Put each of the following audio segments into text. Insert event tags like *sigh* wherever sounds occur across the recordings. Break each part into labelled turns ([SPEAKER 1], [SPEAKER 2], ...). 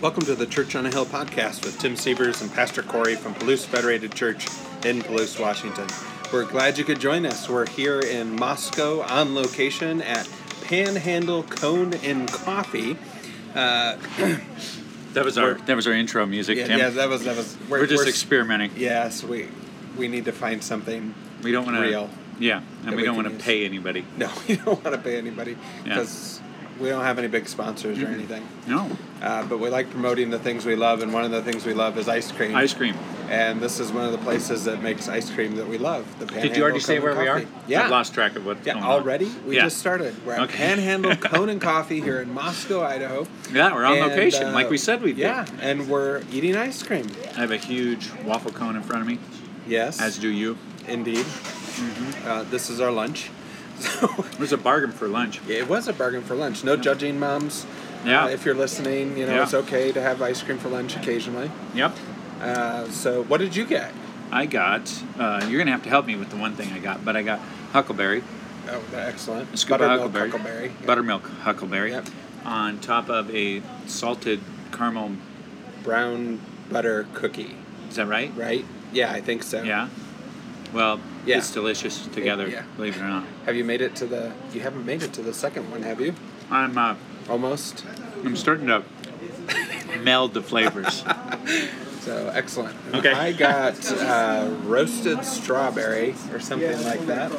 [SPEAKER 1] Welcome to the Church on a Hill podcast with Tim Sievers and Pastor Corey from Palouse Federated Church in Palouse, Washington. We're glad you could join us. We're here in Moscow on location at Panhandle Cone and Coffee. Uh,
[SPEAKER 2] That was our that was our intro music,
[SPEAKER 1] yeah,
[SPEAKER 2] Tim.
[SPEAKER 1] yeah, that was that was.
[SPEAKER 2] we're, just
[SPEAKER 1] we're-
[SPEAKER 2] experimenting.
[SPEAKER 1] Yes, we we need to find something.
[SPEAKER 2] We don't want to.
[SPEAKER 1] real.
[SPEAKER 2] Yeah, and
[SPEAKER 1] that
[SPEAKER 2] we,
[SPEAKER 1] we
[SPEAKER 2] don't
[SPEAKER 1] can
[SPEAKER 2] want to
[SPEAKER 1] use.
[SPEAKER 2] pay anybody.
[SPEAKER 1] No, *laughs* we don't want to pay anybody
[SPEAKER 2] Yeah.
[SPEAKER 1] because we don't have any big sponsors or anything.
[SPEAKER 2] No,
[SPEAKER 1] Uh, but we like promoting the things we love, and one of the things we love is ice cream.
[SPEAKER 2] ice cream.
[SPEAKER 1] and this is one of the places that makes ice cream that we love. The Panhandle
[SPEAKER 2] Did you already say
[SPEAKER 1] Cone
[SPEAKER 2] where
[SPEAKER 1] and
[SPEAKER 2] we are?
[SPEAKER 1] Coffee. Yeah.
[SPEAKER 2] I've lost track of what's
[SPEAKER 1] yeah,
[SPEAKER 2] going on.
[SPEAKER 1] already? We
[SPEAKER 2] yeah.
[SPEAKER 1] just started. We're at
[SPEAKER 2] Okay. *laughs*
[SPEAKER 1] Panhandle Cone and Coffee here in Moscow, Idaho.
[SPEAKER 2] Yeah, we're on
[SPEAKER 1] And,
[SPEAKER 2] location,
[SPEAKER 1] uh,
[SPEAKER 2] like we said we'd do.
[SPEAKER 1] Yeah, and we're eating ice cream.
[SPEAKER 2] I have a huge waffle cone in front of me,
[SPEAKER 1] Yes,
[SPEAKER 2] as do Mm-hmm. you.
[SPEAKER 1] indeed. Uh, this is our lunch. *laughs* So
[SPEAKER 2] It was a bargain for lunch.
[SPEAKER 1] it was a bargain for lunch. No judging, moms.
[SPEAKER 2] Yeah.
[SPEAKER 1] Uh, if you're listening, you know
[SPEAKER 2] Yeah.
[SPEAKER 1] it's okay to have ice cream for lunch occasionally.
[SPEAKER 2] Yep.
[SPEAKER 1] Uh, so, what did you get?
[SPEAKER 2] I got. Uh, you're gonna have to help me with the one thing I got, but I got huckleberry,
[SPEAKER 1] Oh, excellent.
[SPEAKER 2] a scoop
[SPEAKER 1] Buttermilk
[SPEAKER 2] of huckleberry,
[SPEAKER 1] huckleberry. Yeah.
[SPEAKER 2] buttermilk huckleberry,
[SPEAKER 1] Yep.
[SPEAKER 2] on top of a salted caramel.
[SPEAKER 1] brown butter cookie,
[SPEAKER 2] Is that right?
[SPEAKER 1] right? Yeah, I think so.
[SPEAKER 2] Yeah. Well,
[SPEAKER 1] Yeah.
[SPEAKER 2] it's delicious together,
[SPEAKER 1] Yeah.
[SPEAKER 2] believe it or not.
[SPEAKER 1] Have you made it to the? You haven't made it to the second one, have you?
[SPEAKER 2] I'm uh,
[SPEAKER 1] Almost.
[SPEAKER 2] I'm starting to *laughs* meld the flavors.
[SPEAKER 1] So excellent.
[SPEAKER 2] Okay.
[SPEAKER 1] I got uh, roasted strawberry or something like that,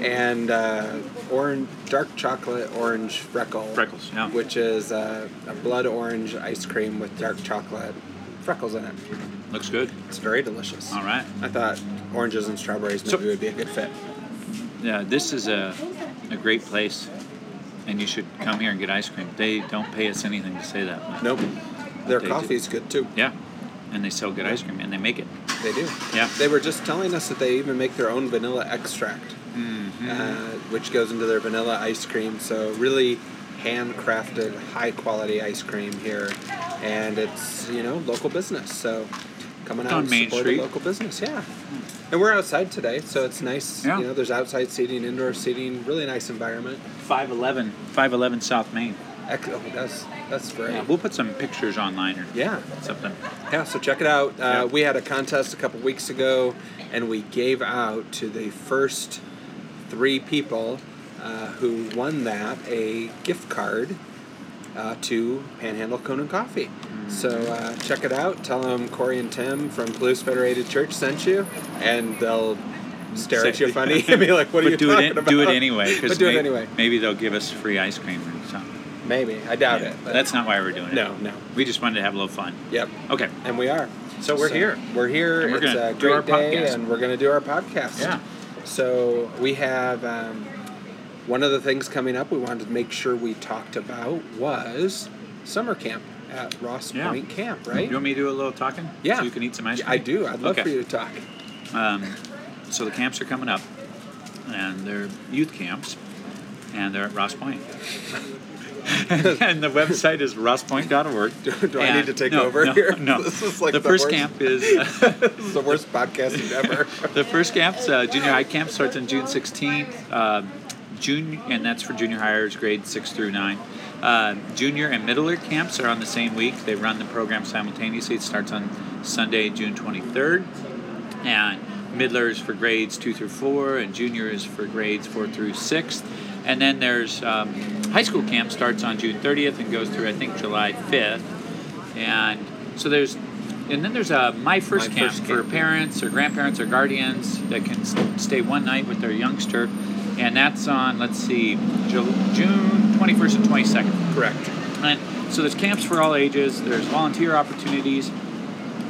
[SPEAKER 1] and uh, orange dark chocolate orange freckle.
[SPEAKER 2] Freckles, yeah.
[SPEAKER 1] Which is uh, a blood orange ice cream with dark chocolate freckles in it.
[SPEAKER 2] Looks good.
[SPEAKER 1] It's very delicious.
[SPEAKER 2] All right.
[SPEAKER 1] I thought oranges and strawberries maybe
[SPEAKER 2] So-
[SPEAKER 1] would be a good fit.
[SPEAKER 2] Yeah, this is a a great place, and you should come here and get ice cream. They don't pay us anything to say that. but-
[SPEAKER 1] Nope. Their
[SPEAKER 2] They do.
[SPEAKER 1] coffee's good too.
[SPEAKER 2] Yeah, and they sell good ice cream, and they make it.
[SPEAKER 1] They do.
[SPEAKER 2] Yeah.
[SPEAKER 1] They were just telling us that they even make their own vanilla extract,
[SPEAKER 2] Mm-hmm.
[SPEAKER 1] uh, which goes into their vanilla ice cream. So really handcrafted, high quality ice cream here, and it's you know local business. So coming out
[SPEAKER 2] On
[SPEAKER 1] and
[SPEAKER 2] Main
[SPEAKER 1] support
[SPEAKER 2] Street.
[SPEAKER 1] a local business, yeah. And we're outside today, so it's nice.
[SPEAKER 2] Yeah.
[SPEAKER 1] You know, there's outside seating, indoor seating, really nice environment.
[SPEAKER 2] 511, 511 South Main.
[SPEAKER 1] Ex- oh, that's that's great.
[SPEAKER 2] Yeah, we'll put some pictures online or
[SPEAKER 1] yeah.
[SPEAKER 2] something.
[SPEAKER 1] Yeah, so check it out. Uh,
[SPEAKER 2] Yeah.
[SPEAKER 1] We had a contest a couple weeks ago, and we gave out to the first three people uh, who won that a gift card uh, to Panhandle Cone and Coffee.
[SPEAKER 2] Mm.
[SPEAKER 1] So uh, check it out. Tell them Corey and Tim from Palouse Federated Church sent you, and they'll stare at
[SPEAKER 2] Say-
[SPEAKER 1] you funny and be like, "What are
[SPEAKER 2] but
[SPEAKER 1] you
[SPEAKER 2] do
[SPEAKER 1] talking
[SPEAKER 2] it,
[SPEAKER 1] about?"
[SPEAKER 2] Do it anyway. 'cause
[SPEAKER 1] But do
[SPEAKER 2] may-
[SPEAKER 1] it anyway.
[SPEAKER 2] Maybe they'll give us free ice cream or something.
[SPEAKER 1] Maybe I doubt
[SPEAKER 2] Yeah,
[SPEAKER 1] it. But
[SPEAKER 2] That's not why we're doing it.
[SPEAKER 1] no, no.
[SPEAKER 2] We just wanted to have a little fun.
[SPEAKER 1] Yep.
[SPEAKER 2] Okay.
[SPEAKER 1] And we are.
[SPEAKER 2] So we're here.
[SPEAKER 1] We're here.
[SPEAKER 2] And we're
[SPEAKER 1] it's
[SPEAKER 2] gonna
[SPEAKER 1] a
[SPEAKER 2] do
[SPEAKER 1] great
[SPEAKER 2] our
[SPEAKER 1] day,
[SPEAKER 2] podcast.
[SPEAKER 1] and we're going to do our podcast.
[SPEAKER 2] Yeah.
[SPEAKER 1] So we have um, one of the things coming up we wanted to make sure we talked about was summer camp at Ross
[SPEAKER 2] Yeah.
[SPEAKER 1] Point Camp, right?
[SPEAKER 2] You want me to do a little talking?
[SPEAKER 1] yeah.
[SPEAKER 2] So you can eat some ice
[SPEAKER 1] Yeah,
[SPEAKER 2] cream?
[SPEAKER 1] I do. I'd love
[SPEAKER 2] Okay.
[SPEAKER 1] for you to talk. *laughs*
[SPEAKER 2] Um, so the camps are coming up, and they're youth camps, and they're at Ross Point.
[SPEAKER 1] *laughs*
[SPEAKER 2] and the website is rosspoint.org.
[SPEAKER 1] Do, do I
[SPEAKER 2] And-
[SPEAKER 1] need to take
[SPEAKER 2] no,
[SPEAKER 1] over
[SPEAKER 2] no,
[SPEAKER 1] here? *laughs*
[SPEAKER 2] No.
[SPEAKER 1] This is like the,
[SPEAKER 2] first
[SPEAKER 1] worst,
[SPEAKER 2] camp is.
[SPEAKER 1] *laughs*
[SPEAKER 2] uh,
[SPEAKER 1] This is the worst podcasting
[SPEAKER 2] *laughs*
[SPEAKER 1] ever.
[SPEAKER 2] The first camp's uh, junior high camp starts on June 16th. Uh, junior, and that's for junior hires, grades six through nine. Uh, junior and middler camps are on the same week. They run the program simultaneously. It starts on Sunday, June 23rd, and middler is for grades two through four, and junior is for grades four through sixth. And then there's um, high school camp starts on June 30th and goes through I think July 5th. And so there's, and then there's a my first
[SPEAKER 1] My
[SPEAKER 2] camp
[SPEAKER 1] First
[SPEAKER 2] for
[SPEAKER 1] Camp.
[SPEAKER 2] parents or grandparents or guardians that can s- stay one night with their youngster, and that's on let's see, Ju- June 21st and 22nd.
[SPEAKER 1] Correct.
[SPEAKER 2] And so there's camps for all ages. There's volunteer opportunities.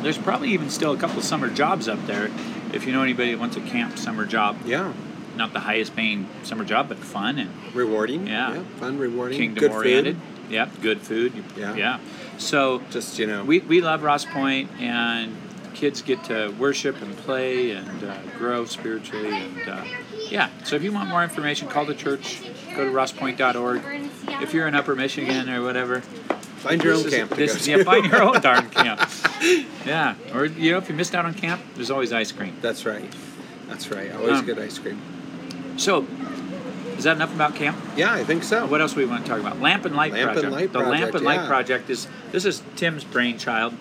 [SPEAKER 2] There's probably even still a couple summer jobs up there. If you know anybody that wants a camp summer job,
[SPEAKER 1] Yeah.
[SPEAKER 2] not the highest paying summer job, but fun and
[SPEAKER 1] Rewarding.
[SPEAKER 2] Yeah.
[SPEAKER 1] Fun, rewarding.
[SPEAKER 2] kingdom
[SPEAKER 1] good
[SPEAKER 2] oriented.
[SPEAKER 1] Food.
[SPEAKER 2] Yep, good food. You-
[SPEAKER 1] Yeah.
[SPEAKER 2] Yeah. So
[SPEAKER 1] Just, you know.
[SPEAKER 2] we, we love Ross Point, and kids get to worship and play and uh, grow spiritually. And uh, yeah, so if you want more information, call the church, go to rosspoint.org. If you're in Upper Michigan or whatever,
[SPEAKER 1] find your own
[SPEAKER 2] this is-
[SPEAKER 1] camp. to
[SPEAKER 2] this
[SPEAKER 1] go
[SPEAKER 2] is-
[SPEAKER 1] to.
[SPEAKER 2] yeah, find your
[SPEAKER 1] *laughs*
[SPEAKER 2] own darn camp. Yeah, or you know, if you missed out on camp, there's always ice cream.
[SPEAKER 1] That's right. That's right. Always
[SPEAKER 2] Um,
[SPEAKER 1] good ice cream.
[SPEAKER 2] So, Is that enough about camp? Oh,
[SPEAKER 1] Yeah, I think so.
[SPEAKER 2] What else we want to talk about? Lamp and Light
[SPEAKER 1] Lamp and
[SPEAKER 2] Project.
[SPEAKER 1] Light
[SPEAKER 2] the Lamp
[SPEAKER 1] Project,
[SPEAKER 2] and Light
[SPEAKER 1] yeah.
[SPEAKER 2] Project is this is Tim's brainchild,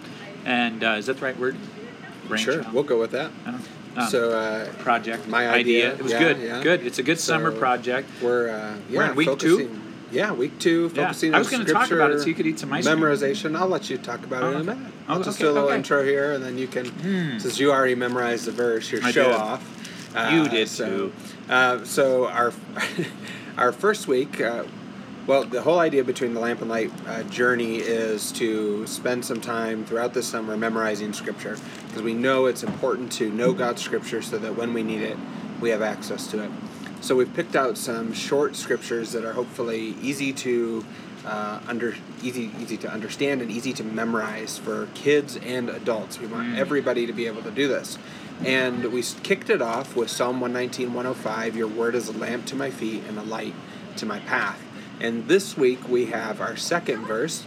[SPEAKER 2] and uh, is that the right word?
[SPEAKER 1] sure,
[SPEAKER 2] Brainchild.
[SPEAKER 1] we'll go with that.
[SPEAKER 2] I don't know. Um,
[SPEAKER 1] so uh,
[SPEAKER 2] project.
[SPEAKER 1] my idea,
[SPEAKER 2] It was
[SPEAKER 1] yeah,
[SPEAKER 2] good.
[SPEAKER 1] yeah.
[SPEAKER 2] Good. It's a good summer
[SPEAKER 1] So-
[SPEAKER 2] project.
[SPEAKER 1] we're uh, yeah,
[SPEAKER 2] We're in week two?
[SPEAKER 1] focusing, Yeah, week two.
[SPEAKER 2] Yeah.
[SPEAKER 1] Focusing
[SPEAKER 2] I was
[SPEAKER 1] on
[SPEAKER 2] gonna
[SPEAKER 1] scripture.
[SPEAKER 2] talk about it so you could eat some ice cream.
[SPEAKER 1] memorization. I'll let you talk about
[SPEAKER 2] Oh,
[SPEAKER 1] it in a
[SPEAKER 2] okay.
[SPEAKER 1] minute. I'll
[SPEAKER 2] Oh,
[SPEAKER 1] just
[SPEAKER 2] okay,
[SPEAKER 1] do a little
[SPEAKER 2] okay. Hmm.
[SPEAKER 1] intro here, and then you can, since you already memorized the verse, your
[SPEAKER 2] I
[SPEAKER 1] show
[SPEAKER 2] did.
[SPEAKER 1] off.
[SPEAKER 2] You did
[SPEAKER 1] so,
[SPEAKER 2] too.
[SPEAKER 1] Uh, so our *laughs* our first week. Uh, well, the whole idea between the lamp and light uh, journey is to spend some time throughout the summer memorizing scripture because we know it's important to know God's scripture so that when we need it, we have access to it. So we've picked out some short scriptures that are hopefully easy to uh, under easy easy to understand and easy to memorize for kids and adults. We want everybody to be able to do this. And we s- kicked it off with Psalm 119, 105, Your word is a lamp to my feet and a light to my path. And this week we have our second verse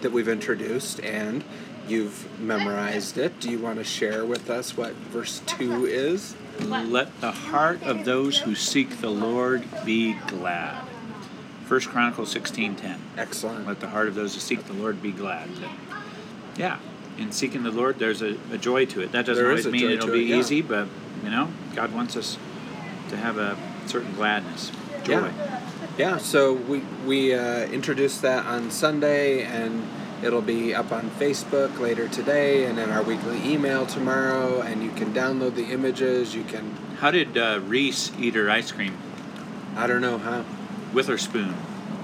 [SPEAKER 1] that we've introduced, and you've memorized it. Do you want to share with us what verse 2 is?
[SPEAKER 2] Let the heart of those who seek the Lord be glad. First Chronicles sixteen ten.
[SPEAKER 1] Excellent.
[SPEAKER 2] Let the heart of those who seek the Lord be glad. Yeah, in seeking the Lord, there's a, a joy to it. That doesn't
[SPEAKER 1] There is
[SPEAKER 2] always
[SPEAKER 1] a
[SPEAKER 2] mean
[SPEAKER 1] joy
[SPEAKER 2] it'll
[SPEAKER 1] to
[SPEAKER 2] be
[SPEAKER 1] it, yeah.
[SPEAKER 2] easy, but you know, God wants us to have a certain gladness, joy.
[SPEAKER 1] Yeah. Yeah, so we, we uh, introduced that on Sunday, and it'll be up on Facebook later today, and in our weekly email tomorrow, and you can download the images. You can,
[SPEAKER 2] How did uh, Reese eat her ice cream
[SPEAKER 1] I don't know how. *laughs*
[SPEAKER 2] with her spoon?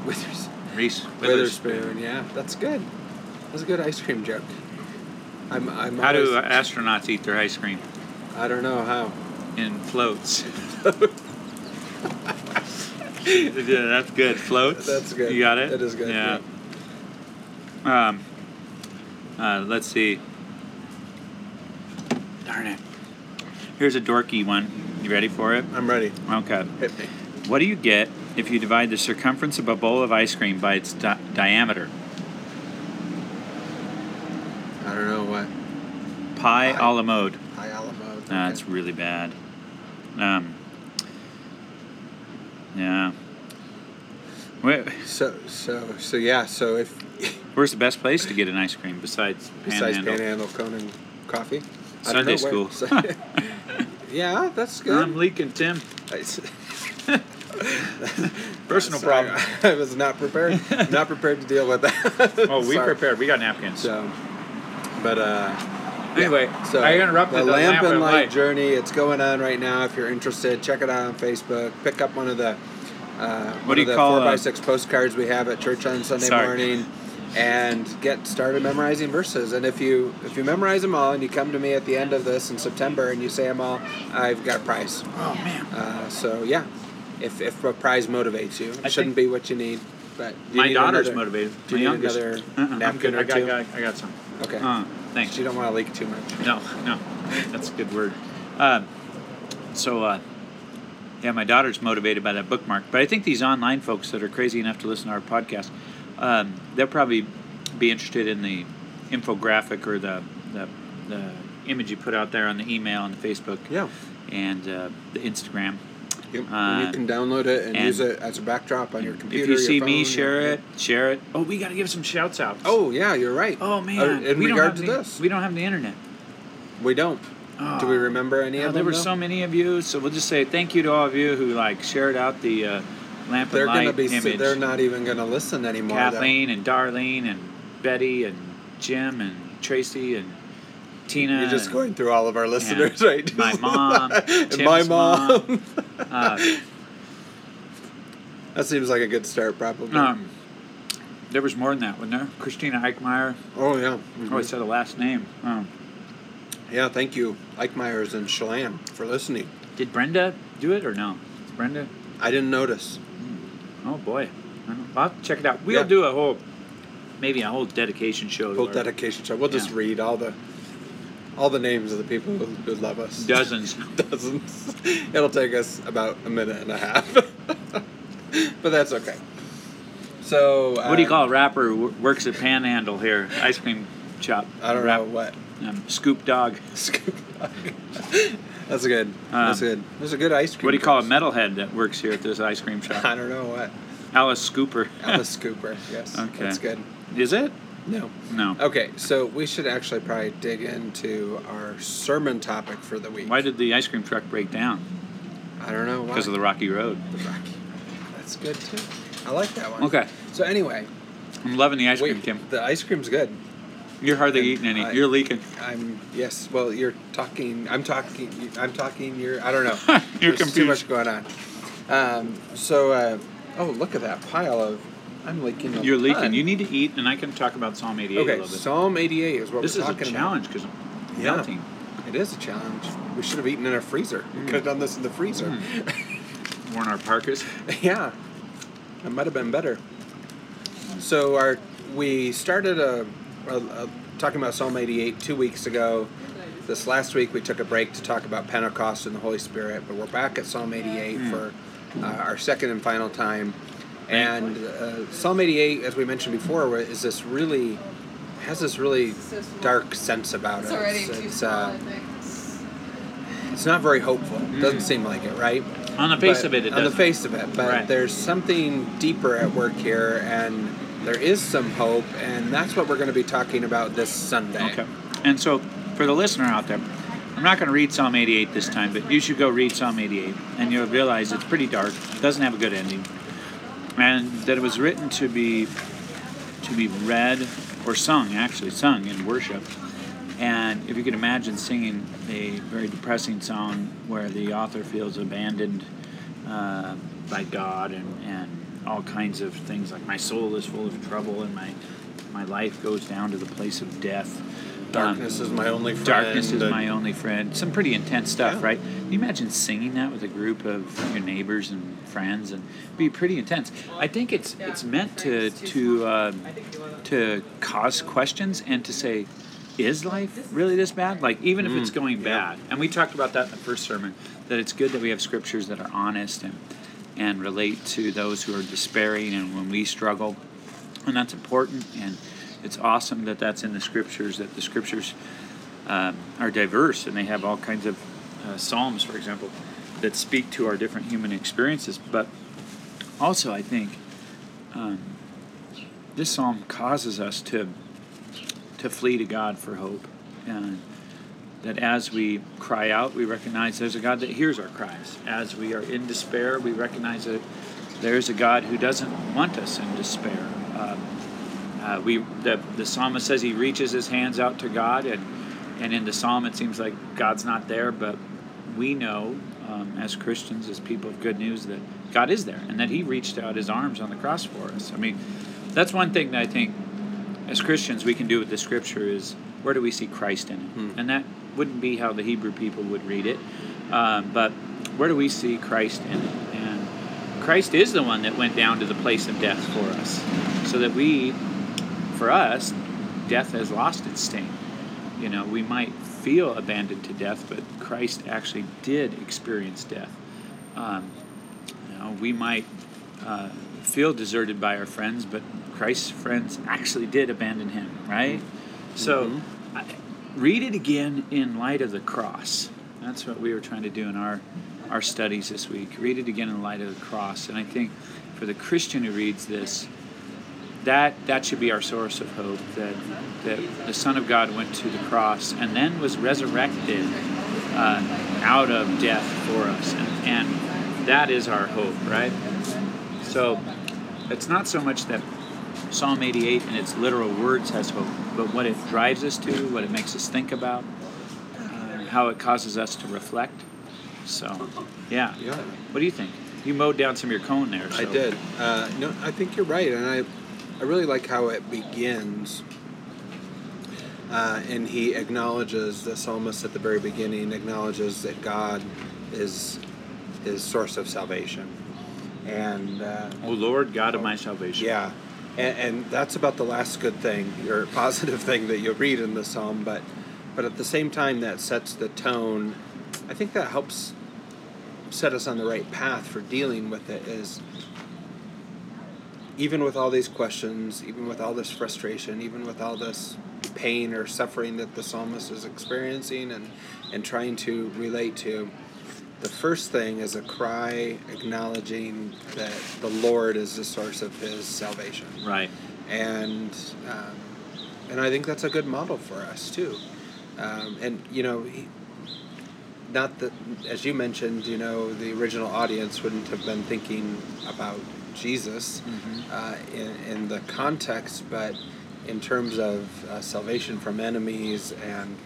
[SPEAKER 1] Withers-
[SPEAKER 2] Reese
[SPEAKER 1] Witherspoon, yeah, that's good. That's a good ice cream joke. I'm, I'm
[SPEAKER 2] How
[SPEAKER 1] always,
[SPEAKER 2] do astronauts eat their ice cream
[SPEAKER 1] I don't know
[SPEAKER 2] *laughs*
[SPEAKER 1] how. *laughs*
[SPEAKER 2] in floats? yeah, that's good. Floats.
[SPEAKER 1] That's good.
[SPEAKER 2] You got it.
[SPEAKER 1] That is good,
[SPEAKER 2] Yeah. Um, uh, let's see. Darn it. Here's a dorky one. You ready for it?
[SPEAKER 1] I'm ready.
[SPEAKER 2] Okay.
[SPEAKER 1] Hit me.
[SPEAKER 2] What do you get if you divide the circumference of a bowl of ice cream by its di- diameter?
[SPEAKER 1] I don't know what.
[SPEAKER 2] Pie
[SPEAKER 1] Pie.
[SPEAKER 2] a la mode.
[SPEAKER 1] High Alamo.
[SPEAKER 2] Nah, That's really bad. Um, yeah. Where,
[SPEAKER 1] So so so yeah. So if *laughs*
[SPEAKER 2] where's the best place to get an ice cream besides
[SPEAKER 1] besides
[SPEAKER 2] Panhandle?
[SPEAKER 1] Panhandle Cone and Coffee, I don't
[SPEAKER 2] Sunday
[SPEAKER 1] know where.
[SPEAKER 2] school.
[SPEAKER 1] *laughs*
[SPEAKER 2] *laughs*
[SPEAKER 1] yeah, that's
[SPEAKER 2] I'm
[SPEAKER 1] good. *laughs*
[SPEAKER 2] leaking, Tim.
[SPEAKER 1] It's-
[SPEAKER 2] Personal
[SPEAKER 1] sorry,
[SPEAKER 2] problem.
[SPEAKER 1] *laughs* I was not prepared. not prepared to deal with that.
[SPEAKER 2] Oh,
[SPEAKER 1] *laughs*
[SPEAKER 2] we
[SPEAKER 1] Sorry.
[SPEAKER 2] prepared. We got napkins.
[SPEAKER 1] So, but uh.
[SPEAKER 2] Anyway,
[SPEAKER 1] So
[SPEAKER 2] I interrupted the, lamp, and light.
[SPEAKER 1] journey. It's going on right now. If you're interested, check it out on Facebook. Pick up one of the uh, one
[SPEAKER 2] do
[SPEAKER 1] of
[SPEAKER 2] you
[SPEAKER 1] the
[SPEAKER 2] call,
[SPEAKER 1] four by
[SPEAKER 2] uh,
[SPEAKER 1] six postcards we have at church on Sunday
[SPEAKER 2] Sorry.
[SPEAKER 1] morning, and get started memorizing verses. And if you if you memorize them all, and you come to me at the end of this in September, and you say them all, I've got a prize.
[SPEAKER 2] Oh man,
[SPEAKER 1] Uh, so yeah, if if a prize motivates you,
[SPEAKER 2] I
[SPEAKER 1] it shouldn't be what you need. But do you
[SPEAKER 2] my
[SPEAKER 1] need
[SPEAKER 2] daughter's
[SPEAKER 1] another-
[SPEAKER 2] motivated.
[SPEAKER 1] Do
[SPEAKER 2] my
[SPEAKER 1] you need
[SPEAKER 2] youngest.
[SPEAKER 1] another
[SPEAKER 2] Uh-uh, I'm
[SPEAKER 1] napkin
[SPEAKER 2] good.
[SPEAKER 1] or
[SPEAKER 2] I got,
[SPEAKER 1] two?
[SPEAKER 2] got, I got some.
[SPEAKER 1] Okay.
[SPEAKER 2] Uh, thanks.
[SPEAKER 1] you don't want to leak too much.
[SPEAKER 2] No, no, that's a good word. Um so, uh, yeah, my daughter's motivated by that bookmark, but I think these online folks that are crazy enough to listen to our podcast, um, they'll probably be interested in the infographic or the the, the image you put out there on the email and the Facebook
[SPEAKER 1] Yeah.
[SPEAKER 2] and uh, the Instagram.
[SPEAKER 1] Yep.
[SPEAKER 2] Uh,
[SPEAKER 1] and you can download it and,
[SPEAKER 2] and-
[SPEAKER 1] use it as a backdrop on your computer.
[SPEAKER 2] if you
[SPEAKER 1] your
[SPEAKER 2] see
[SPEAKER 1] phone,
[SPEAKER 2] me,
[SPEAKER 1] your-
[SPEAKER 2] share it, share it. Oh, we got to give some shouts out.
[SPEAKER 1] Oh yeah, you're right.
[SPEAKER 2] oh man,
[SPEAKER 1] Uh, in
[SPEAKER 2] we
[SPEAKER 1] regard
[SPEAKER 2] don't have
[SPEAKER 1] to
[SPEAKER 2] the,
[SPEAKER 1] this,
[SPEAKER 2] we don't have the internet.
[SPEAKER 1] we don't. Do we
[SPEAKER 2] Oh.
[SPEAKER 1] remember any
[SPEAKER 2] Yeah,
[SPEAKER 1] of them?
[SPEAKER 2] there were
[SPEAKER 1] though?
[SPEAKER 2] so many of you, so we'll just say thank you to all of you who like shared out the uh, lamp
[SPEAKER 1] They're
[SPEAKER 2] and
[SPEAKER 1] gonna
[SPEAKER 2] light
[SPEAKER 1] be. si-
[SPEAKER 2] image.
[SPEAKER 1] They're not even gonna listen anymore. though.
[SPEAKER 2] Kathleen and Darlene and Betty and Jim and Tracy and Tina.
[SPEAKER 1] You're just
[SPEAKER 2] and
[SPEAKER 1] going through all of our listeners, right? Just-
[SPEAKER 2] My
[SPEAKER 1] *laughs*
[SPEAKER 2] mom,
[SPEAKER 1] and
[SPEAKER 2] Tim's
[SPEAKER 1] my mom. *laughs*
[SPEAKER 2] uh,
[SPEAKER 1] that seems like a good start, probably.
[SPEAKER 2] *laughs* um, there was more than that, wasn't there? Christina Eichmeyer.
[SPEAKER 1] oh yeah. Mhm.
[SPEAKER 2] I always said the last name. Um,
[SPEAKER 1] Yeah. Thank you, Ike Myers and Shalam, for listening.
[SPEAKER 2] did Brenda do it or no? Is Brenda?
[SPEAKER 1] I didn't notice.
[SPEAKER 2] Oh boy, I don't- I'll have to check it out. We'll
[SPEAKER 1] Yeah.
[SPEAKER 2] do a whole, maybe a whole dedication show. to
[SPEAKER 1] Whole
[SPEAKER 2] our-
[SPEAKER 1] dedication. So we'll just
[SPEAKER 2] Yeah.
[SPEAKER 1] read all the all the names of the people who, who love us.
[SPEAKER 2] Dozens.
[SPEAKER 1] dozens. It'll take us about a minute and a half, *laughs* but that's okay. So, uh,
[SPEAKER 2] What do you call a rapper who w- works at Panhandle here? Ice cream shop.
[SPEAKER 1] *laughs* I don't
[SPEAKER 2] Rap-
[SPEAKER 1] know what.
[SPEAKER 2] Um, scoop dog.
[SPEAKER 1] Scoop. That's good. That's
[SPEAKER 2] Um,
[SPEAKER 1] good. That's a good ice cream.
[SPEAKER 2] What do you call a
[SPEAKER 1] place.
[SPEAKER 2] metalhead that works here at this ice cream
[SPEAKER 1] *laughs* I
[SPEAKER 2] shop?
[SPEAKER 1] don't know what.
[SPEAKER 2] Alice Scooper.
[SPEAKER 1] Alice Cooper. Yes.
[SPEAKER 2] Okay.
[SPEAKER 1] That's good.
[SPEAKER 2] *laughs* Is it?
[SPEAKER 1] No.
[SPEAKER 2] No.
[SPEAKER 1] Okay, so we should actually probably dig into our sermon topic for the week.
[SPEAKER 2] Why did the ice cream truck break down?
[SPEAKER 1] I don't know why.
[SPEAKER 2] Because of the rocky road.
[SPEAKER 1] the Rocky. *laughs* That's good too. I like that one.
[SPEAKER 2] Okay.
[SPEAKER 1] So anyway,
[SPEAKER 2] I'm loving the ice cream,
[SPEAKER 1] wait,
[SPEAKER 2] Kim.
[SPEAKER 1] the ice cream's good.
[SPEAKER 2] You're hardly
[SPEAKER 1] and
[SPEAKER 2] eating any.
[SPEAKER 1] I-
[SPEAKER 2] You're leaking.
[SPEAKER 1] I'm yes. Well, you're talking. I'm talking. I'm talking. You're. I don't know.
[SPEAKER 2] *laughs* You're
[SPEAKER 1] There's too
[SPEAKER 2] confused.
[SPEAKER 1] much going on. Um, so, uh, oh look at that pile of. I'm leaking. a
[SPEAKER 2] You're leaking.
[SPEAKER 1] ton.
[SPEAKER 2] You need to eat, and I can talk about Psalm 88 a
[SPEAKER 1] Okay,
[SPEAKER 2] little bit.
[SPEAKER 1] Psalm 88 is what
[SPEAKER 2] this
[SPEAKER 1] we're
[SPEAKER 2] is a
[SPEAKER 1] talking
[SPEAKER 2] challenge because I'm
[SPEAKER 1] Yeah.
[SPEAKER 2] melting.
[SPEAKER 1] about. It is a challenge. We should have eaten in our freezer. We
[SPEAKER 2] Mm.
[SPEAKER 1] could have done this in the freezer.
[SPEAKER 2] Hmm. Worn our parkas.
[SPEAKER 1] *laughs* yeah, it might have been better. So our we started a, a, a talking about Psalm 88 two weeks ago. This last week we took a break to talk about Pentecost and the Holy Spirit, but we're back at Psalm 88 for uh, our second and final time. And uh, Psalm 88, as we mentioned before, wa- is this really has this really dark sense about
[SPEAKER 3] It's
[SPEAKER 1] it.
[SPEAKER 3] already
[SPEAKER 1] It's-
[SPEAKER 3] too
[SPEAKER 1] it's,
[SPEAKER 3] small, I
[SPEAKER 1] uh,
[SPEAKER 3] think.
[SPEAKER 1] it's not very hopeful. It doesn't seem like it, right?
[SPEAKER 2] On the face
[SPEAKER 1] But-
[SPEAKER 2] of it, it
[SPEAKER 1] on
[SPEAKER 2] doesn't.
[SPEAKER 1] the face of it. But
[SPEAKER 2] Right.
[SPEAKER 1] there's something deeper at work here, and there is some hope, and that's what we're going to be talking about this Sunday.
[SPEAKER 2] Okay. And so, for the listener out there, I'm not going to read Psalm 88 this time, but you should go read Psalm 88, and you'll realize it's pretty dark. It doesn't have a good ending, and that it was written to be to be read or sung, actually sung in worship. And if you could imagine singing a very depressing song where the author feels abandoned uh, by God and, and all kinds of things like my soul is full of trouble and my my life goes down to the place of death. Um,
[SPEAKER 1] Darkness is my only friend.
[SPEAKER 2] Darkness is
[SPEAKER 1] and-
[SPEAKER 2] my only friend. Some pretty intense stuff,
[SPEAKER 1] Yeah.
[SPEAKER 2] right? Can you imagine singing that with a group of your neighbors and friends, and it'd be pretty intense. I think it's it's meant to to uh, to cause questions and to say, is life really this bad? Like even if it's going bad, and we talked about that in the first sermon, that it's good that we have scriptures that are honest and and relate to those who are despairing and when we struggle and that's important and it's awesome that that's in the scriptures that the scriptures um, are diverse and they have all kinds of uh, psalms for example that speak to our different human experiences but also i think um, this psalm causes us to to flee to god for hope and that as we cry out we recognize there's a god that hears our cries as we are in despair we recognize that there's a god who doesn't want us in despair um, uh, we the, the psalmist says he reaches his hands out to God, and and in the psalm it seems like God's not there, but we know um, as Christians, as people of good news, that God is there, and that He reached out His arms on the cross for us. I mean, that's one thing that I think as Christians we can do with the Scripture is where do we see Christ in it, and that wouldn't be how the Hebrew people would read it, um, but where do we see Christ in it, and Christ is the one that went down to the place of death for us, so that we for us, death has lost its sting. You know, we might feel abandoned to death, but Christ actually did experience death. Um, you know, we might uh, feel deserted by our friends, but Christ's friends actually did abandon him, right? So, I, read it again in light of the cross. That's what we were trying to do in our our studies this week. Read it again in light of the cross, and I think for the Christian who reads this, that that should be our source of hope that that the Son of God went to the cross and then was resurrected uh, out of death for us, and, and that is our hope, right? So it's not so much that Psalm 88 in its literal words has hope, but what it drives us to, what it makes us think about, um, how it causes us to reflect. So, yeah.
[SPEAKER 1] Yeah.
[SPEAKER 2] What do you think? You mowed down some of your cone there. So.
[SPEAKER 1] I did. Uh, no, I think you're right, and I, I really like how it begins. Uh, and he acknowledges the psalmist at the very beginning acknowledges that God is his source of salvation, and uh,
[SPEAKER 2] O Lord God of my salvation.
[SPEAKER 1] yeah, and, and that's about the last good thing or *laughs* positive thing that you read in the psalm. But, but at the same time, that sets the tone. I think that helps set us on the right path for dealing with it. Is even with all these questions, even with all this frustration, even with all this pain or suffering that the psalmist is experiencing and, and trying to relate to. The first thing is a cry acknowledging that the Lord is the source of his salvation.
[SPEAKER 2] Right.
[SPEAKER 1] And, um, and I think that's a good model for us, too. Um, and, you know, he- not that, as you mentioned, you know, the original audience wouldn't have been thinking about Jesus uh, in, in the context, but in terms of uh, salvation from enemies and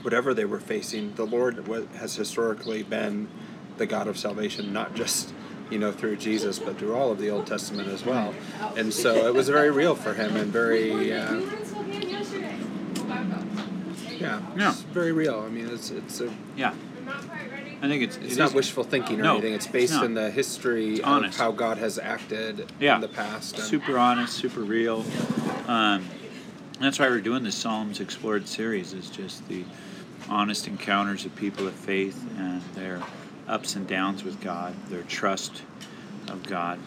[SPEAKER 1] whatever they were facing, the Lord wa- has historically been the God of salvation, not just you know through Jesus, but through all of the Old Testament as well. And so it was very real for him and very uh, yeah,
[SPEAKER 2] Yeah.
[SPEAKER 1] it's very real. I mean, it's it's a
[SPEAKER 2] Yeah. I think it's,
[SPEAKER 1] it's
[SPEAKER 2] it
[SPEAKER 1] not
[SPEAKER 2] is-
[SPEAKER 1] wishful thinking or
[SPEAKER 2] No,
[SPEAKER 1] anything. It's
[SPEAKER 2] it's
[SPEAKER 1] based
[SPEAKER 2] not.
[SPEAKER 1] in the history of
[SPEAKER 2] honest.
[SPEAKER 1] how God has acted
[SPEAKER 2] Yeah.
[SPEAKER 1] in the past. and-
[SPEAKER 2] super honest, super real. Um, that's why we're doing this Psalms Explored series is just the honest encounters of people of faith and their ups and downs with God, their trust of God.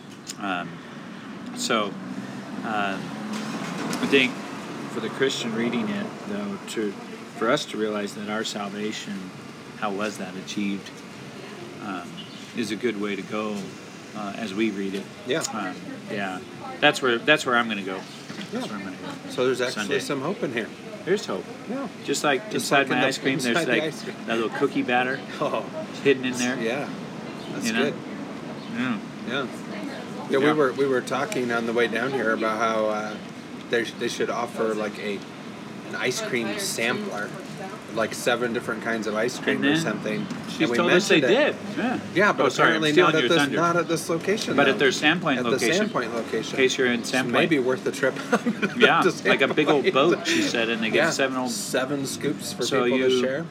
[SPEAKER 2] Um, so um, I think
[SPEAKER 3] for the Christian reading it, though, to for us to realize that our salvation,
[SPEAKER 2] how was that achieved, um, is a good way to go uh, as we read it.
[SPEAKER 1] Yeah.
[SPEAKER 2] Um, yeah, that's where that's where I'm going to go.
[SPEAKER 1] Yeah.
[SPEAKER 2] That's where I'm going to go.
[SPEAKER 1] So there's actually
[SPEAKER 2] Sunday.
[SPEAKER 1] some hope in here.
[SPEAKER 2] There's hope.
[SPEAKER 1] Yeah.
[SPEAKER 2] Just like
[SPEAKER 1] Just like
[SPEAKER 2] inside
[SPEAKER 1] in
[SPEAKER 2] my
[SPEAKER 1] the-
[SPEAKER 2] ice cream,
[SPEAKER 1] inside
[SPEAKER 2] there's
[SPEAKER 1] the *laughs*
[SPEAKER 2] like
[SPEAKER 1] ice cream.
[SPEAKER 2] that little cookie batter
[SPEAKER 1] Oh,
[SPEAKER 2] hidden in there.
[SPEAKER 1] yeah. That's
[SPEAKER 2] You know?
[SPEAKER 1] good.
[SPEAKER 2] Yeah.
[SPEAKER 1] Yeah. Yeah, we
[SPEAKER 2] Yeah.
[SPEAKER 1] were we were talking on the way down here about how uh, they sh- they should offer like a an ice cream sampler, like seven different kinds of ice cream or
[SPEAKER 2] then
[SPEAKER 1] something.
[SPEAKER 2] She's
[SPEAKER 1] and we
[SPEAKER 2] told us they
[SPEAKER 1] mentioned it.
[SPEAKER 2] did. Yeah.
[SPEAKER 1] Yeah, but
[SPEAKER 2] oh, sorry,
[SPEAKER 1] apparently
[SPEAKER 2] I'm
[SPEAKER 1] not
[SPEAKER 2] stealing
[SPEAKER 1] at
[SPEAKER 2] your
[SPEAKER 1] this
[SPEAKER 2] thunder.
[SPEAKER 1] not at this location.
[SPEAKER 2] but
[SPEAKER 1] though.
[SPEAKER 2] at their Sandpoint
[SPEAKER 1] at the
[SPEAKER 2] location.
[SPEAKER 1] Sandpoint location.
[SPEAKER 2] in case you're in
[SPEAKER 1] So
[SPEAKER 2] Sandpoint.
[SPEAKER 1] maybe worth *laughs* the trip.
[SPEAKER 2] yeah,
[SPEAKER 1] to
[SPEAKER 2] like a big old
[SPEAKER 1] Sandpoint.
[SPEAKER 2] boat, she said,
[SPEAKER 1] *laughs*
[SPEAKER 2] and they give
[SPEAKER 1] yeah,
[SPEAKER 2] seven old
[SPEAKER 1] seven scoops for
[SPEAKER 2] So
[SPEAKER 1] people to
[SPEAKER 2] you-
[SPEAKER 1] share.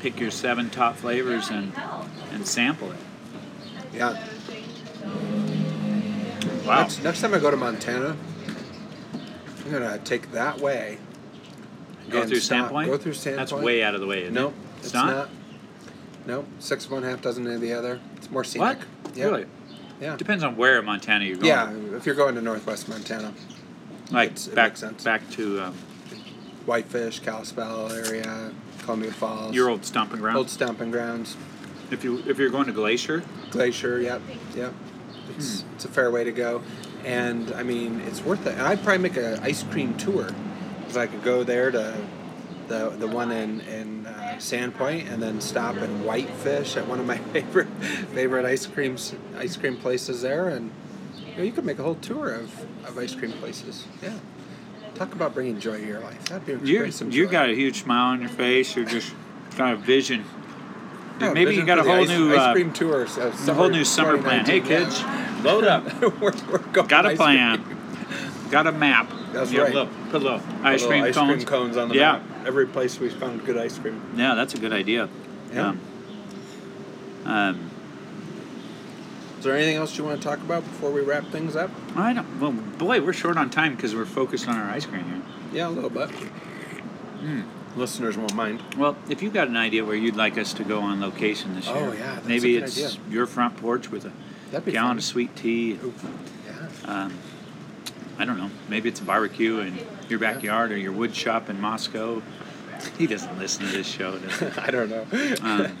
[SPEAKER 2] pick your seven top flavors and and sample it.
[SPEAKER 1] Yeah.
[SPEAKER 2] Wow.
[SPEAKER 1] Next, next time I go to Montana, I'm gonna take that way.
[SPEAKER 2] go
[SPEAKER 1] and
[SPEAKER 2] through
[SPEAKER 1] stop-
[SPEAKER 2] Sandpoint.
[SPEAKER 1] Go through Sandpoint.
[SPEAKER 2] That's way out of the way. Isn't
[SPEAKER 1] No,
[SPEAKER 2] it?
[SPEAKER 1] it's not. No, six of one half dozen of the other. It's more
[SPEAKER 2] What?
[SPEAKER 1] scenic. Yeah.
[SPEAKER 2] Really?
[SPEAKER 1] Yeah.
[SPEAKER 2] Depends on where in Montana you're going.
[SPEAKER 1] Yeah. If you're going to Northwest Montana,
[SPEAKER 2] Like
[SPEAKER 1] It's- it
[SPEAKER 2] back
[SPEAKER 1] makes sense.
[SPEAKER 2] back to um,
[SPEAKER 1] Whitefish, Kalispell area, Columbia Falls,
[SPEAKER 2] your old stomping ground.
[SPEAKER 1] old stomping grounds,
[SPEAKER 2] If you if you're going to Glacier,
[SPEAKER 1] Glacier, yep, yep. It's, it's a fair way to go, and I mean it's worth it. And I'd probably make an ice cream tour because I could go there to the the one in in uh, Sandpoint, and then stop in Whitefish at one of my *laughs* favorite favorite ice creams ice cream places there, and you, know, you could make a whole tour of, of ice cream places. Yeah, talk about bringing joy to your life. That'd be
[SPEAKER 2] You
[SPEAKER 1] bring some
[SPEAKER 2] you
[SPEAKER 1] joy.
[SPEAKER 2] got a huge smile on your face. You're just got a vision.
[SPEAKER 1] Yeah,
[SPEAKER 2] Maybe you
[SPEAKER 1] vision
[SPEAKER 2] got
[SPEAKER 1] Oh, for
[SPEAKER 2] a
[SPEAKER 1] the
[SPEAKER 2] whole
[SPEAKER 1] ice,
[SPEAKER 2] new
[SPEAKER 1] ice
[SPEAKER 2] uh,
[SPEAKER 1] cream tour. So
[SPEAKER 2] a whole new summer plan. Hey
[SPEAKER 1] 2019, yeah.
[SPEAKER 2] kids, load up.
[SPEAKER 1] *laughs* we're, we're going
[SPEAKER 2] Got a
[SPEAKER 1] ice
[SPEAKER 2] plan.
[SPEAKER 1] cream.
[SPEAKER 2] Got a map.
[SPEAKER 1] That's
[SPEAKER 2] Yeah,
[SPEAKER 1] right.
[SPEAKER 2] look, put a little ice
[SPEAKER 1] Little
[SPEAKER 2] cream
[SPEAKER 1] ice
[SPEAKER 2] cones.
[SPEAKER 1] cream cones on the
[SPEAKER 2] Yeah.
[SPEAKER 1] map. Every place we found good ice cream.
[SPEAKER 2] Yeah, that's a good idea.
[SPEAKER 1] Yeah.
[SPEAKER 2] Um, um,
[SPEAKER 1] Is there anything else you want to talk about before we wrap things up?
[SPEAKER 2] I don't. Well, boy, we're short on time because we're focused on our ice cream here.
[SPEAKER 1] Yeah, a little bit.
[SPEAKER 2] Hmm.
[SPEAKER 1] Listeners won't mind.
[SPEAKER 2] Well, if you've got an idea where you'd like us to go on location this
[SPEAKER 1] Oh,
[SPEAKER 2] year,
[SPEAKER 1] yeah, that's
[SPEAKER 2] maybe
[SPEAKER 1] a good
[SPEAKER 2] it's
[SPEAKER 1] idea.
[SPEAKER 2] your front porch with a
[SPEAKER 1] That'd be
[SPEAKER 2] gallon
[SPEAKER 1] fun.
[SPEAKER 2] of sweet tea.
[SPEAKER 1] Ooh, yeah.
[SPEAKER 2] Um, I don't know. Maybe it's a barbecue in your backyard or your wood shop in Moscow. *laughs* He doesn't listen to this show, does he?
[SPEAKER 1] *laughs* I don't know. *laughs*
[SPEAKER 2] Um,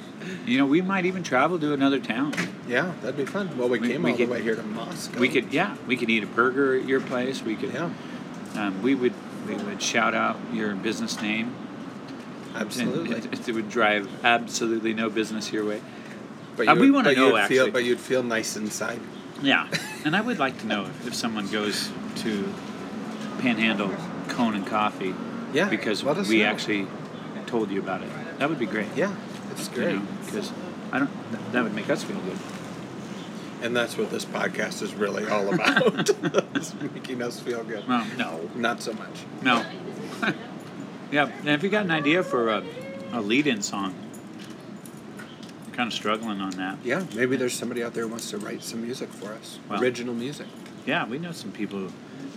[SPEAKER 2] you know, we might even travel to another town.
[SPEAKER 1] yeah, that'd be fun. Well, we,
[SPEAKER 2] we-
[SPEAKER 1] came
[SPEAKER 2] we
[SPEAKER 1] all
[SPEAKER 2] could-
[SPEAKER 1] the way here to Moscow.
[SPEAKER 2] We could, yeah, we could eat a burger at your place. We could,
[SPEAKER 1] Yeah,
[SPEAKER 2] um, we would, we would shout out your business name. and
[SPEAKER 1] absolutely.
[SPEAKER 2] *laughs* it, it would drive absolutely no business your way.
[SPEAKER 1] But
[SPEAKER 2] Uh, we
[SPEAKER 1] would-
[SPEAKER 2] wanna
[SPEAKER 1] but
[SPEAKER 2] know,
[SPEAKER 1] you'd Feel,
[SPEAKER 2] actually.
[SPEAKER 1] but you'd feel nice inside.
[SPEAKER 2] Yeah, *laughs* and I would like to know if, if someone goes to Panhandle Cone and Coffee
[SPEAKER 1] Yeah.
[SPEAKER 2] because
[SPEAKER 1] let us
[SPEAKER 2] we
[SPEAKER 1] know.
[SPEAKER 2] actually told you about it. That would be great.
[SPEAKER 1] Yeah, it's great.
[SPEAKER 2] Because I don't. th- that would make us feel good.
[SPEAKER 1] And that's what this podcast is really all about. *laughs* it's making us feel good.
[SPEAKER 2] No, no,
[SPEAKER 1] Not so much.
[SPEAKER 2] no. *laughs* yeah, and if you got an idea for a, a lead-in song, I'm kind of struggling on that.
[SPEAKER 1] Yeah, maybe there's somebody out there who wants to write some music for us.
[SPEAKER 2] Wow.
[SPEAKER 1] Original music.
[SPEAKER 2] Yeah, we know some people who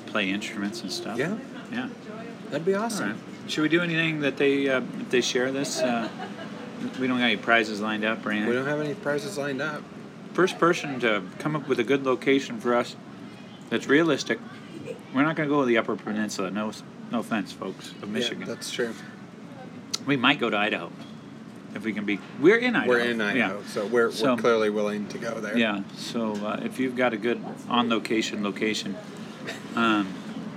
[SPEAKER 2] play instruments and stuff.
[SPEAKER 1] Yeah.
[SPEAKER 2] yeah.
[SPEAKER 1] That'd be
[SPEAKER 2] All right.
[SPEAKER 1] awesome.
[SPEAKER 2] Should we do anything that they uh, if they share this? Uh, we don't got any prizes lined up or
[SPEAKER 1] We
[SPEAKER 2] anything.
[SPEAKER 1] don't have any prizes lined up.
[SPEAKER 2] First person to come up with a good location for us that's realistic We're not going to go to the Upper Peninsula. No, no offense, folks of Michigan.
[SPEAKER 1] Yeah, that's true.
[SPEAKER 2] we might go to Idaho if we can be. We're in Idaho.
[SPEAKER 1] We're in Idaho, so we're
[SPEAKER 2] So-
[SPEAKER 1] we're clearly willing to go there.
[SPEAKER 2] Yeah. yeah. So uh, if you've got a good on location location, um,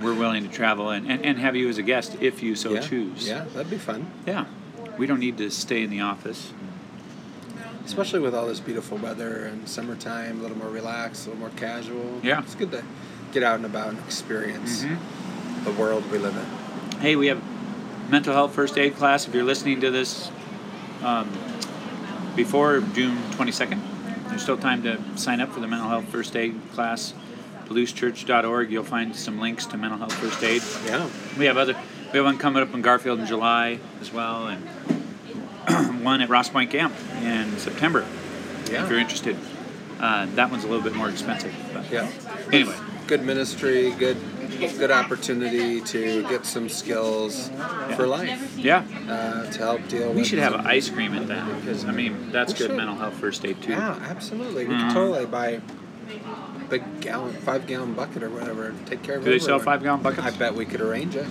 [SPEAKER 2] we're willing to travel and, and, and have you as a guest if you so
[SPEAKER 1] yeah.
[SPEAKER 2] choose.
[SPEAKER 1] Yeah, that'd be fun,
[SPEAKER 2] Yeah. We don't need to stay in the office.
[SPEAKER 1] especially with all this beautiful weather and summertime. A little more relaxed, a little more casual.
[SPEAKER 2] Yeah.
[SPEAKER 1] it's good to get out and about and experience
[SPEAKER 2] Mhm.
[SPEAKER 1] the world we live in.
[SPEAKER 2] hey, we have mental health first aid class. If you're listening to this um, before June 22nd, there's still time to sign up for the mental health first aid class. PalouseChurch.org. You'll find some links to mental health first aid.
[SPEAKER 1] Yeah,
[SPEAKER 2] We have other. We have one coming up in Garfield in July as well, and *clears throat* one at Ross Point Camp in September. If you're
[SPEAKER 1] yeah,
[SPEAKER 2] interested, uh, that one's a little bit more expensive. But
[SPEAKER 1] yeah.
[SPEAKER 2] Anyway,
[SPEAKER 1] Good ministry, good good opportunity to get some skills for life
[SPEAKER 2] yeah.
[SPEAKER 1] uh, to help deal.
[SPEAKER 2] We
[SPEAKER 1] with
[SPEAKER 2] should have
[SPEAKER 1] some-
[SPEAKER 2] an ice cream at that because I mean that's
[SPEAKER 1] We
[SPEAKER 2] good
[SPEAKER 1] should.
[SPEAKER 2] mental health first aid too.
[SPEAKER 1] Yeah, absolutely. We
[SPEAKER 2] Mhm.
[SPEAKER 1] could totally buy a big gallon, five gallon bucket or whatever and take care of it.
[SPEAKER 2] Do they sell five gallon buckets?
[SPEAKER 1] I bet we could arrange it.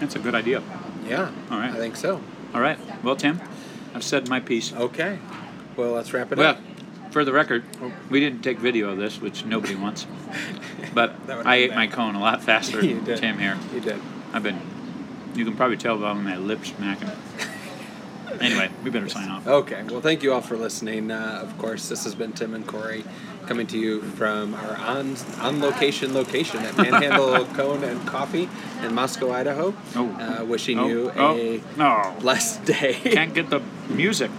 [SPEAKER 2] That's a good idea.
[SPEAKER 1] Yeah.
[SPEAKER 2] All right.
[SPEAKER 1] I think so.
[SPEAKER 2] All right. Well, Tim, I've said my piece.
[SPEAKER 1] Okay. Well, let's wrap it
[SPEAKER 2] Well,
[SPEAKER 1] up. *laughs*
[SPEAKER 2] for the record, we didn't take video of this, which nobody wants. But
[SPEAKER 1] *laughs* That would
[SPEAKER 2] I
[SPEAKER 1] be
[SPEAKER 2] ate
[SPEAKER 1] bad.
[SPEAKER 2] my cone a lot
[SPEAKER 1] *laughs*
[SPEAKER 2] faster
[SPEAKER 1] You
[SPEAKER 2] than
[SPEAKER 1] did.
[SPEAKER 2] Tim here.
[SPEAKER 1] You did.
[SPEAKER 2] I've been. You can probably tell by my lips
[SPEAKER 1] *laughs*
[SPEAKER 2] smacking. anyway, we better sign off.
[SPEAKER 1] Okay. Well, thank you all for listening. Uh, of course, this has been Tim and Corey coming to you from our on on location location at Manhandle
[SPEAKER 2] *laughs*
[SPEAKER 1] Cone and Coffee in Moscow, Idaho.
[SPEAKER 2] Oh.
[SPEAKER 1] Uh, wishing
[SPEAKER 2] Oh,
[SPEAKER 1] you
[SPEAKER 2] oh,
[SPEAKER 1] a
[SPEAKER 2] no.
[SPEAKER 1] blessed day.
[SPEAKER 2] Can't get the music.